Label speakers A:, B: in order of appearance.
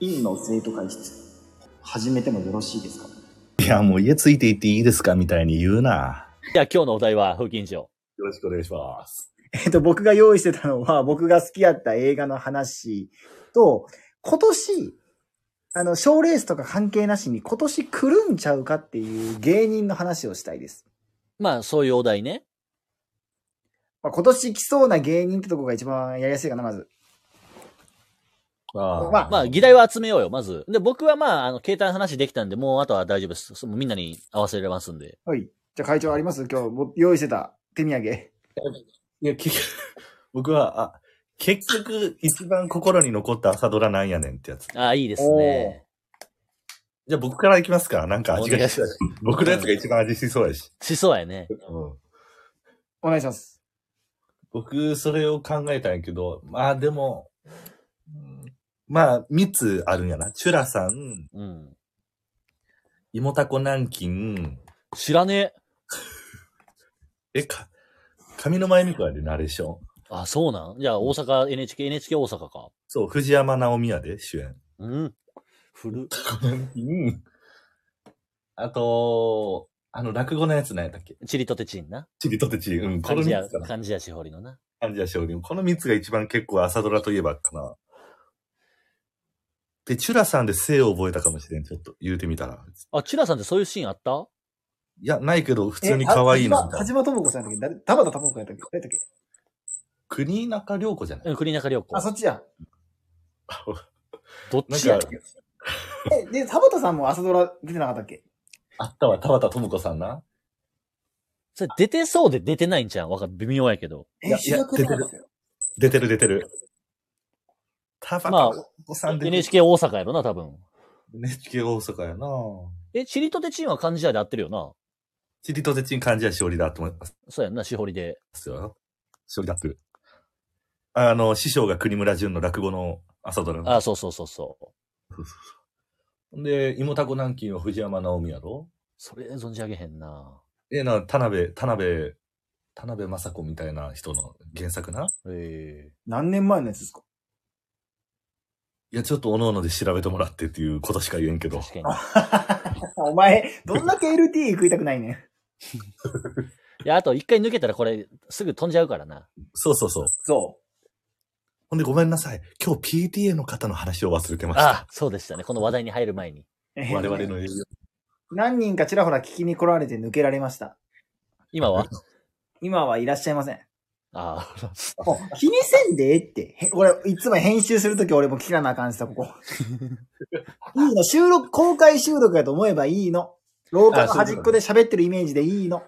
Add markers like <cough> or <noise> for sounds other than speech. A: 院の生徒会室、始めてもよろしいですか
B: いや、もう家ついていっていいですかみたいに言うな。
C: じゃあ今日のお題は風紀委員長。
B: よろしくお願いします。
A: えっと、僕が用意してたのは、 <laughs> 僕が好きやった映画の話と、今年、あの、賞ーレースとか関係なしに今年来るんちゃうかっていう芸人の話をしたいです。
C: まあそういうお題ね。
A: まあ、今年来そうな芸人ってとこが一番やりやすいかな、まず。
B: あ
A: まあ
C: まあ議題は集めようよ、まず。で、僕はまあ、あの、携帯の話できたんで、もうあとは大丈夫です。そもうみんなに合わせれますんで。
A: はい。じゃあ会長あります今日も用意してた手土産。
B: いや、結局、 <laughs> 僕は、あ、結局、一番心に残った朝ドラなんやねんってやつ。
C: ああ、いいですね。
B: じゃあ僕からいきますかなんか味
C: お願
B: が
C: い
B: し
C: し
B: そう
C: ま
B: やし。僕のやつが一番味しそうやし。
C: しそうやね。
B: うん
A: お願いします。
B: 僕、それを考えたんやけど、まあでも、うんまあ、三つあるんやな。チュラさん、
C: うん。
B: イモタコ南京、
C: 知らね
B: え、
C: え。
B: か、上沼恵美子やで、ナレーション。
C: あ、そうなんじゃあ大阪 NHK、NHK 大阪か。
B: そう、藤山直美やで、主演。
C: うん。古っ。
B: うん。あと、あの、落語のやつ何やったっけ
C: チリとてちんな。
B: チリとてち、うん、こ
C: 漢
B: の
C: 字
B: 三
C: や
B: つか、な。
C: 漢字やしほりのな。
B: 感じやしょこの三つが一番結構朝ドラといえばかな。で、チュラさんで性を覚えたかもしれん、ちょっと言うてみたら。
C: あ、チュラさんってそういうシーンあった
B: いや、ないけど、普通に可愛いな、み
A: えあ
B: たい
A: 田島
B: な。
A: 田島智子さんの時、誰、田畑智子さんの時、誰だっけ
B: 国中涼子じゃない
C: うん、国中涼子
A: あ、。そっちや。
C: どっ
B: なん
C: ちや
B: か、
A: え、で、田畑さんも朝ドラ出てなかったっけ
B: あったわ、田畑智子さんな。
C: それ出てそうで出てないんじゃん。わかる。微妙やけど。
B: いや
A: え、主役出てなかったよ。
B: 出てる出てる。田
C: まあ
B: 畑智子さんで、
C: NHK 大阪やろな、多分。
B: NHK 大阪やな
C: え、チリとてちんは漢字やで合ってるよな。
B: チリとてちん漢字やしおりだと思います。
C: そうやんな、しほりで。
B: ですよ。勝利だってる。あの、師匠が国村淳の落語の朝ドラの。
C: あ、そうそうそうそう。
B: で、妹子南京は藤山直美やろ
C: それ存じ上げへんな。
B: ええな、田辺、田辺、田辺雅子みたいな人の原作な。
C: ええ
A: 何年前のやつですか
B: いや、ちょっと各々で調べてもらってっていうことしか言えんけど。
C: 確かに。
A: お前、どんだけ LT 食いたくないねん。
C: いや、あと一回抜けたらこれ、すぐ飛んじゃうからな。
B: そうそうそう。
A: そ
B: ほんでごめんなさい。今日 PTA の方の話を忘れてました。
C: あそうでしたね。この話題に入る前に。
A: う。
B: 我々の営業。
A: 何人かちらほら聞きに来られて抜けられました。
C: 今 <laughs> は
A: 今はいらっしゃいません。
C: ああ、
A: もう気にせんでええって。へ俺、いつも編集するとき俺も切らなあかんした、 <laughs> ここ。いいの、収録、公開収録やと思えばいいの。廊下の端っこで喋ってるイメージでいいの。